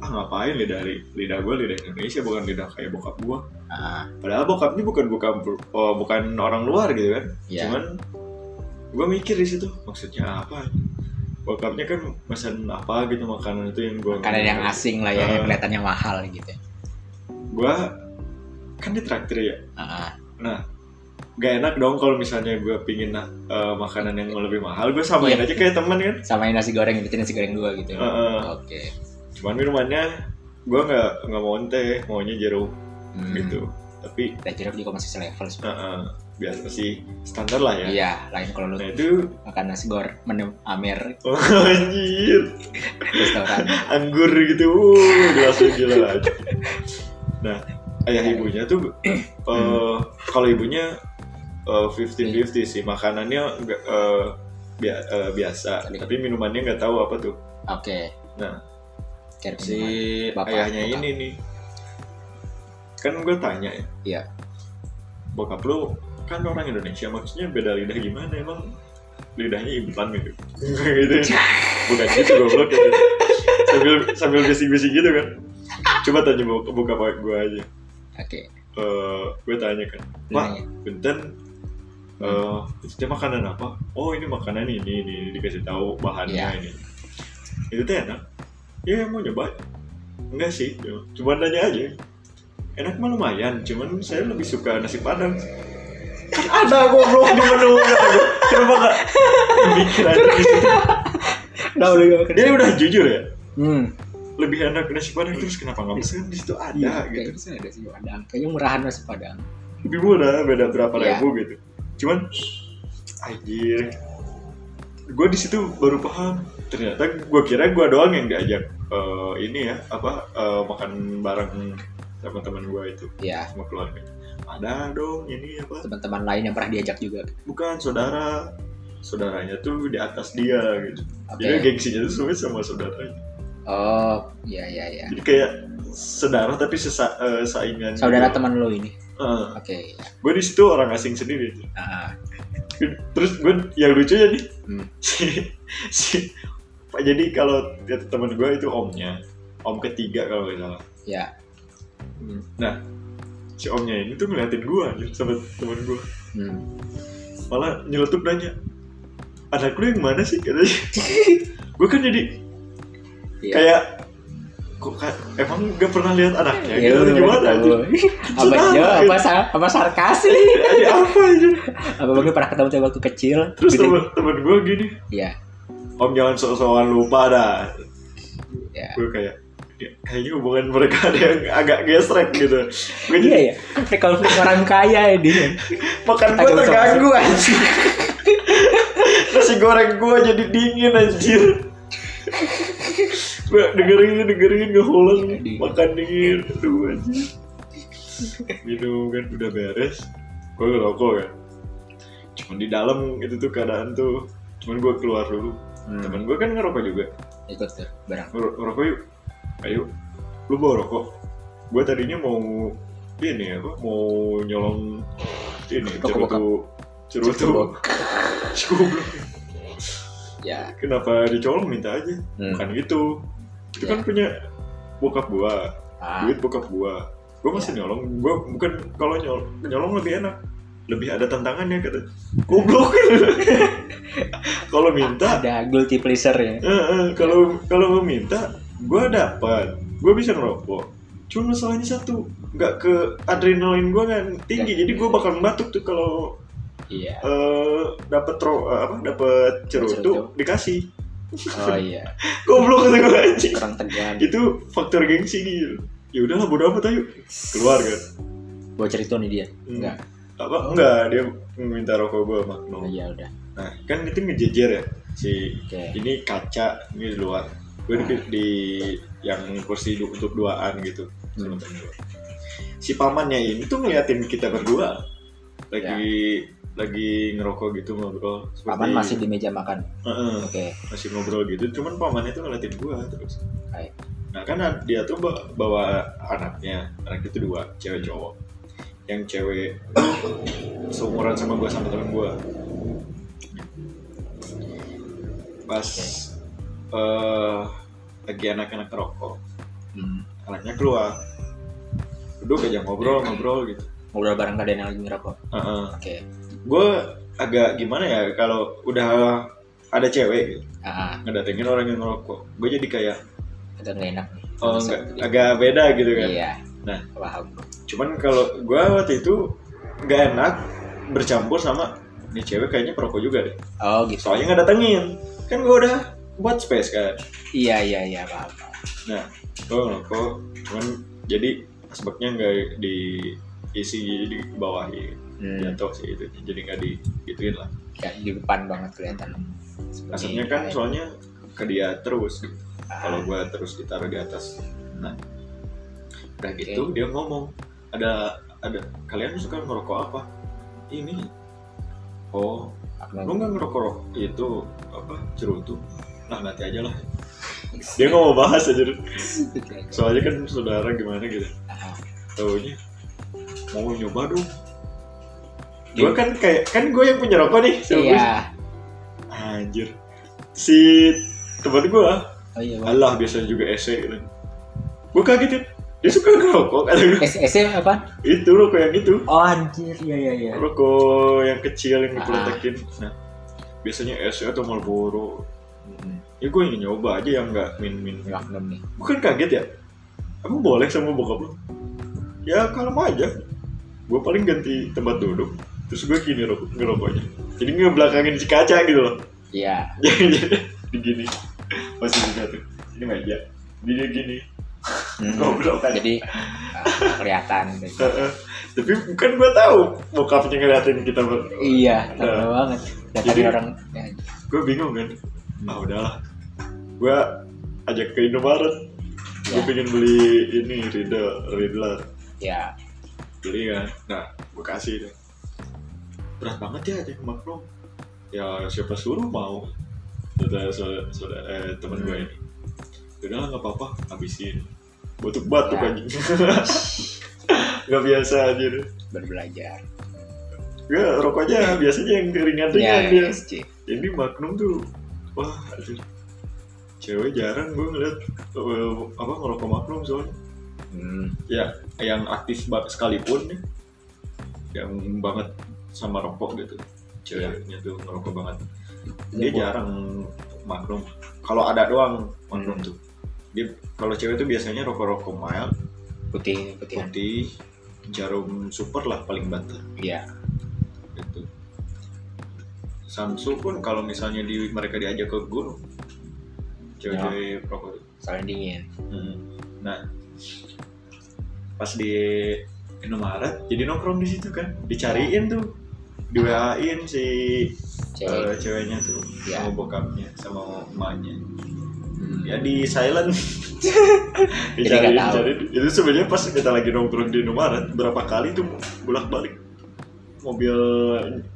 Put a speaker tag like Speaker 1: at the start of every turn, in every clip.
Speaker 1: Ah, ngapain lidah li- lidah gue lidah Indonesia bukan lidah kayak bokap gue
Speaker 2: ah
Speaker 1: padahal bokapnya bukan bukan oh, bukan orang luar gitu kan
Speaker 2: ya
Speaker 1: cuman gue mikir di situ maksudnya apa bokapnya kan pesan apa gitu makanan itu yang gue
Speaker 2: makanan yang asing lah ya
Speaker 1: Ah.
Speaker 2: yang kelihatannya mahal gitu
Speaker 1: gue kan di traktir ya Nah,
Speaker 2: ah
Speaker 1: gak enak dong kalau misalnya gue pingin eh, makanan yang lebih mahal gue samain
Speaker 2: Iya.
Speaker 1: aja kayak temen kan
Speaker 2: samain nasi goreng gitu nasi goreng dua gitu
Speaker 1: Heeh.
Speaker 2: oke
Speaker 1: cuman minumannya gue nggak nggak mau teh maunya jeruk
Speaker 2: Hmm.
Speaker 1: gitu tapi
Speaker 2: dan jeruk juga masih selevel
Speaker 1: eh, eh, biasa sih standar lah ya
Speaker 2: iya lain kalau lu
Speaker 1: nah itu
Speaker 2: makan nasi goreng menu Amir
Speaker 1: anjir
Speaker 2: restoran
Speaker 1: anggur gitu uh, gelasnya gila nah ayah
Speaker 2: Iya.
Speaker 1: ibunya tuh eh,
Speaker 2: Hmm.
Speaker 1: kalau ibunya fifteen
Speaker 2: Iya.
Speaker 1: 50-50 sih makanannya nggak, eh, bia- eh, biasa
Speaker 2: Iya.
Speaker 1: tapi minumannya nggak tahu apa tuh
Speaker 2: oke
Speaker 1: Nah.
Speaker 2: Care
Speaker 1: si
Speaker 2: minuman. Bapak,
Speaker 1: ayahnya
Speaker 2: bapak.
Speaker 1: ini nih kan gue tanya ya
Speaker 2: Iya.
Speaker 1: bokap lu kan orang Indonesia maksudnya beda lidah gimana emang lidahnya implan gitu gitu bukan gitu goblok gitu. sambil sambil bisik-bisik gitu kan coba tanya bokap bokap gue aja
Speaker 2: oke
Speaker 1: Eh, gue tanya kan
Speaker 2: Lu
Speaker 1: Wah.
Speaker 2: nanya.
Speaker 1: Benten eh itu teh makanan apa? Oh ini makanan ini, ini, ini dikasih tahu bahannya
Speaker 2: Iya.
Speaker 1: ini. Itu teh enak? Ya mau nyoba? Enggak sih, cuma nanya aja. Enak mah lumayan, cuman saya lebih suka nasi padang. Kan ada goblok di menu aduh, Kenapa gak mikir aja di situ? Dia udah jujur ya,
Speaker 2: hmm
Speaker 1: lebih enak nasi padang terus kenapa nggak pesan di situ ada
Speaker 2: iya
Speaker 1: gitu.
Speaker 2: kayaknya sih ada sih padang kayaknya murahan nasi padang
Speaker 1: lebih murah beda berapa
Speaker 2: Iya.
Speaker 1: ribu gitu cuman anjir gue di situ baru paham ternyata gue kira gue doang yang diajak eh, ini ya apa eh, makan bareng sama teman gue itu
Speaker 2: iya
Speaker 1: sama keluarga ada dong ini apa
Speaker 2: teman-teman lain yang pernah diajak juga
Speaker 1: bukan saudara saudaranya tuh di atas dia gitu
Speaker 2: oke
Speaker 1: jadi gengsinya tuh semuanya sama saudaranya
Speaker 2: oh iya iya iya
Speaker 1: jadi kayak saudara tapi sesa, eh, saingan
Speaker 2: saudara teman lu ini
Speaker 1: teman
Speaker 2: oke iya.
Speaker 1: gue di situ orang asing sendiri
Speaker 2: Ah,
Speaker 1: terus gue yang lucunya nih
Speaker 2: Hmm.
Speaker 1: si, si Pak, jadi kalau dia tuh temen gue itu omnya om ketiga kalau nggak salah
Speaker 2: Ya.
Speaker 1: Hmm. nah si omnya ini tuh ngeliatin gue nih sama temen gue
Speaker 2: hmm.
Speaker 1: malah nyeletuk nanya anak lu yang mana sih katanya gue kan jadi
Speaker 2: Iya.
Speaker 1: kayak kok ka- emang gak pernah lihat anaknya
Speaker 2: Ya,
Speaker 1: gitu
Speaker 2: lu
Speaker 1: gimana aja
Speaker 2: nggak tahu. apa
Speaker 1: Saudara,
Speaker 2: jauh
Speaker 1: gitu.
Speaker 2: apa sar apa sarkas sih?
Speaker 1: Ada apa aja
Speaker 2: apa mungkin pernah ketemu saya waktu kecil
Speaker 1: terus
Speaker 2: Gitu.
Speaker 1: temen temen gue gini
Speaker 2: Iya.
Speaker 1: om jangan sok-sokan lupa dah
Speaker 2: Iya.
Speaker 1: gue kayak ya, kayaknya hubungan mereka ada yang agak gesrek gitu gue
Speaker 2: iya
Speaker 1: jadi
Speaker 2: ya konflik konflik orang kaya ya, ini
Speaker 1: makan gue
Speaker 2: Agak
Speaker 1: terganggu anjir nasi goreng gue jadi dingin anjir gue dengerin dengerin ngehulang
Speaker 2: Dingin.
Speaker 1: makan dingin aduh anjir minum kan udah beres gue ngerokok kan cuman di dalam itu tuh keadaan tuh cuman gue keluar dulu
Speaker 2: Hmm.
Speaker 1: temen gue kan ngerokok juga
Speaker 2: ikut tuh barang
Speaker 1: Ngerokok rokok yuk ayo lu bawa rokok gue tadinya mau ini apa mau nyolong ini
Speaker 2: Rokok bokap.
Speaker 1: cerutu cerutu Goblok.
Speaker 2: ya
Speaker 1: kenapa dicolong minta aja
Speaker 2: hmm. Iya.
Speaker 1: bukan gitu itu kan punya bokap gua
Speaker 2: Ah, Iya.
Speaker 1: duit bokap gua gua masih nyolong gua bukan kalau nyolong nyolong lebih enak lebih ada tantangannya kata goblok kalau minta
Speaker 2: ada guilty pleasure ya
Speaker 1: eh, eh, kalau kalau lu minta gua dapat gua bisa ngerokok cuma masalahnya satu nggak ke adrenalin gua kan tinggi jadi gua bakal batuk tuh kalau
Speaker 2: iya
Speaker 1: eh, dapat ro eh, apa dapat cerutu
Speaker 2: Cerutu.
Speaker 1: dikasih
Speaker 2: oh iya
Speaker 1: goblok kata gua anjing
Speaker 2: kurang tegang
Speaker 1: itu faktor gengsi gitu ya udahlah bodo amat ayo keluar kan
Speaker 2: bocor itu nih dia
Speaker 1: Hmm.
Speaker 2: Enggak.
Speaker 1: apa enggak dia minta rokok gue makno
Speaker 2: oh iya udah
Speaker 1: nah kan itu ngejejer ya si
Speaker 2: oke
Speaker 1: ini kaca ini di luar gue di,
Speaker 2: Hmm.
Speaker 1: di- yang kursi du- untuk duaan gitu sama
Speaker 2: Hmm.
Speaker 1: temen gua. si pamannya ini tuh ngeliatin kita berdua lagi lagi ngerokok gitu ngobrol seperti-
Speaker 2: Ya. paman masih di meja makan
Speaker 1: Heeh,
Speaker 2: oke
Speaker 1: masih ngobrol gitu cuman pamannya tuh ngeliatin gue terus
Speaker 2: Hai.
Speaker 1: nah kan an- dia tuh ba- bawa anaknya anak itu dua cewek cowok yang cewek seumuran sama gue sama temen gue pas eh lagi anak-anak rokok
Speaker 2: Hmm.
Speaker 1: anaknya keluar duduk aja ngobrol ngobrol gitu
Speaker 2: Ngobrol bareng kalian yang lagi ngerokok.
Speaker 1: Heeh.
Speaker 2: Oke.
Speaker 1: gue agak gimana ya kalau udah ada cewek gitu,
Speaker 2: Ah, ah,
Speaker 1: ngedatengin orang yang ngerokok gue jadi kayak
Speaker 2: agak nggak enak nih.
Speaker 1: oh,
Speaker 2: Masa
Speaker 1: nggak-
Speaker 2: gitu.
Speaker 1: agak beda gitu kan
Speaker 2: Iya.
Speaker 1: Nah.
Speaker 2: Paham.
Speaker 1: cuman kalau gue waktu itu nggak enak bercampur sama nih cewek kayaknya perokok juga deh
Speaker 2: Oh gitu.
Speaker 1: soalnya nggak datengin kan gue udah buat space kan
Speaker 2: Iya iya iya paham. paham.
Speaker 1: nah gue ngerokok cuman jadi asbaknya nggak diisi jadi di bawahi
Speaker 2: Hmm.
Speaker 1: jatuh sih itu jadi nggak di gituin lah
Speaker 2: Ya, di depan banget kelihatan. Seperti
Speaker 1: asapnya kan
Speaker 2: kayak-
Speaker 1: soalnya ke dia terus gitu.
Speaker 2: Ah,
Speaker 1: kalau gua terus ditaruh di atas nah udah gitu dia ngomong ada ada kalian suka ngerokok apa ini oh
Speaker 2: aku
Speaker 1: lu nggak ngerokok rokok itu apa cerutu nah nanti aja lah dia nggak mau bahas aja soalnya kan saudara gimana gitu
Speaker 2: gitu Ah,
Speaker 1: taunya mau nyoba dong gue kan kayak kan gue yang punya rokok nih sama gua.
Speaker 2: Iya.
Speaker 1: anjir si teman gue
Speaker 2: Oh iya. Bang.
Speaker 1: Allah biasanya juga ese gitu. Gue kaget ya. Dia suka ngerokok. Kata gua,
Speaker 2: S SM apa?
Speaker 1: itu rokok yang itu.
Speaker 2: Oh anjir, iya iya iya.
Speaker 1: Rokok yang kecil yang
Speaker 2: Ah.
Speaker 1: dipeletekin. Nah, biasanya ese atau Marlboro. Ya gue ingin nyoba aja yang nggak min-min.
Speaker 2: Hmm, Magnum nih.
Speaker 1: Bukan kaget ya? Emang boleh sama bokap lu? Ya kalem aja. Gue paling ganti tempat duduk. Terus gue gini rokok, ngerokoknya. Jadi ngebelakangin si kaca gitu loh.
Speaker 2: Iya.
Speaker 1: Jadi gini. Masih juga tuh. Ini meja. Gini gini.
Speaker 2: Hmm.
Speaker 1: Goblok kan.
Speaker 2: Jadi ah, kelihatan. gitu.
Speaker 1: Heeh. tapi bukan gue tahu bokapnya ngeliatin kita
Speaker 2: Iya, terlalu banget. Jadi
Speaker 1: Nah. Jadi-
Speaker 2: orang ya,
Speaker 1: gue bingung kan ah udahlah gue ajak ke Indomaret gue
Speaker 2: Ya.
Speaker 1: pengen beli ini Riddle Riddler
Speaker 2: ya
Speaker 1: beli kan nah gue kasih deh berat banget ya ada yang maklum ya siapa suruh mau saudara saudara, saudara- eh, teman
Speaker 2: Hmm.
Speaker 1: gue ini udah nggak apa-apa habisin batuk batuk
Speaker 2: Ya.
Speaker 1: anjing nggak biasa aja
Speaker 2: berbelajar.
Speaker 1: gue rokoknya Ya, biasanya yang ringan ringan kan
Speaker 2: Ya,
Speaker 1: dia
Speaker 2: SC.
Speaker 1: jadi Magnum tuh wah anjir. cewek jarang gue ngeliat eh, apa ngerokok Magnum soalnya
Speaker 2: Hmm.
Speaker 1: ya yang aktif banget sekalipun nih yang banget sama rokok gitu ceweknya tuh ngerokok banget dia
Speaker 2: Iya,
Speaker 1: jarang Magnum kalau ada doang Magnum
Speaker 2: Hmm.
Speaker 1: tuh dia kalau cewek tuh biasanya rokok-rokok mild
Speaker 2: putih putih.
Speaker 1: putih jarum super lah paling banter
Speaker 2: Iya.
Speaker 1: gitu. Samsu pun kalau misalnya di mereka diajak ke gunung,
Speaker 2: Ya.
Speaker 1: cewek-cewek perokok.
Speaker 2: Soalnya dingin.
Speaker 1: Hmm. Nah, pas di Indomaret, jadi nongkrong di situ kan, dicariin tuh, diwain si eh,
Speaker 2: Cewek.
Speaker 1: ceweknya tuh
Speaker 2: Ya.
Speaker 1: sama bokapnya, sama emaknya.
Speaker 2: Hmm.
Speaker 1: Ya di silent.
Speaker 2: Jadi nggak
Speaker 1: dicariin,
Speaker 2: tahu.
Speaker 1: dicariin. Itu sebenarnya pas kita lagi nongkrong di Indomaret, berapa kali tuh bolak-balik mobil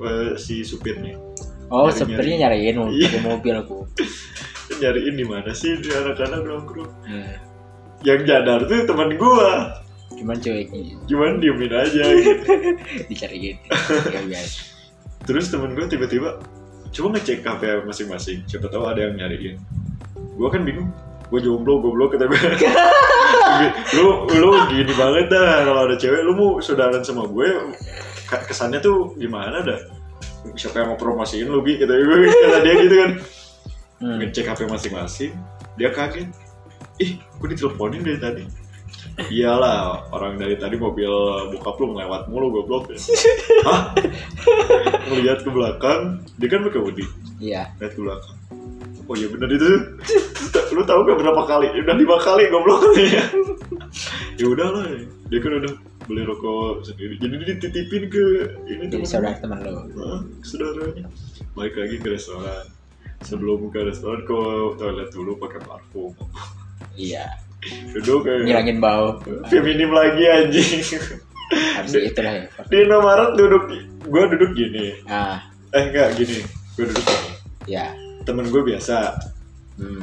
Speaker 1: eh, si supirnya
Speaker 2: Oh,
Speaker 1: nyari-nyari.
Speaker 2: sepertinya nyariin mau
Speaker 1: Iya.
Speaker 2: ke mobil aku.
Speaker 1: nyariin di mana sih di anak-anak nongkrong
Speaker 2: Hmm.
Speaker 1: yang jadar tuh teman gua
Speaker 2: Cuman ceweknya
Speaker 1: cuman diemin aja gitu.
Speaker 2: dicariin. Ya biasa.
Speaker 1: terus teman gua tiba-tiba coba ngecek HP masing-masing siapa tahu ada yang nyariin gua kan bingung gua jomblo goblok kata gua lu lu gini banget dah kalau ada cewek lu mau saudaraan sama gue ka- kesannya tuh gimana dah siapa yang mau promosiin lu gitu kata gua, kata dia gitu kan
Speaker 2: Hmm.
Speaker 1: ngecek HP masing-masing dia kaget ih gue diteleponin dari tadi iyalah orang dari tadi mobil bokap lu ngelewat mulu goblok ya hah melihat ke belakang dia kan pakai hoodie
Speaker 2: Iya.
Speaker 1: lihat ke belakang oh iya bener itu lu tahu gak berapa kali udah lima kali goblok ya ya udahlah dia kan udah beli rokok sendiri jadi dititipin ke ini
Speaker 2: Jadi
Speaker 1: temen-temen.
Speaker 2: saudara teman lo.
Speaker 1: Hah, saudaranya balik lagi ke restoran sebelum ke restoran ke toilet dulu pakai parfum
Speaker 2: Iya.
Speaker 1: duduk kayak
Speaker 2: Ngilangin bau.
Speaker 1: feminim lagi anjing
Speaker 2: Harus itulah ya.
Speaker 1: di Indomaret duduk gue duduk gini
Speaker 2: Ah,
Speaker 1: eh enggak gini gue duduk gini
Speaker 2: ya.
Speaker 1: temen gue biasa
Speaker 2: Hmm.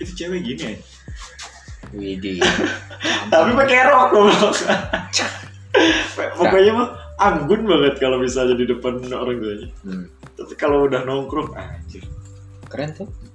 Speaker 1: itu cewek gini
Speaker 2: Widih.
Speaker 1: tapi
Speaker 2: Ampun.
Speaker 1: pakai rok goblok pokoknya mah anggun banget kalau misalnya di depan orang tuanya
Speaker 2: Hmm.
Speaker 1: tapi kalau udah nongkrong anjir
Speaker 2: Keren tuh.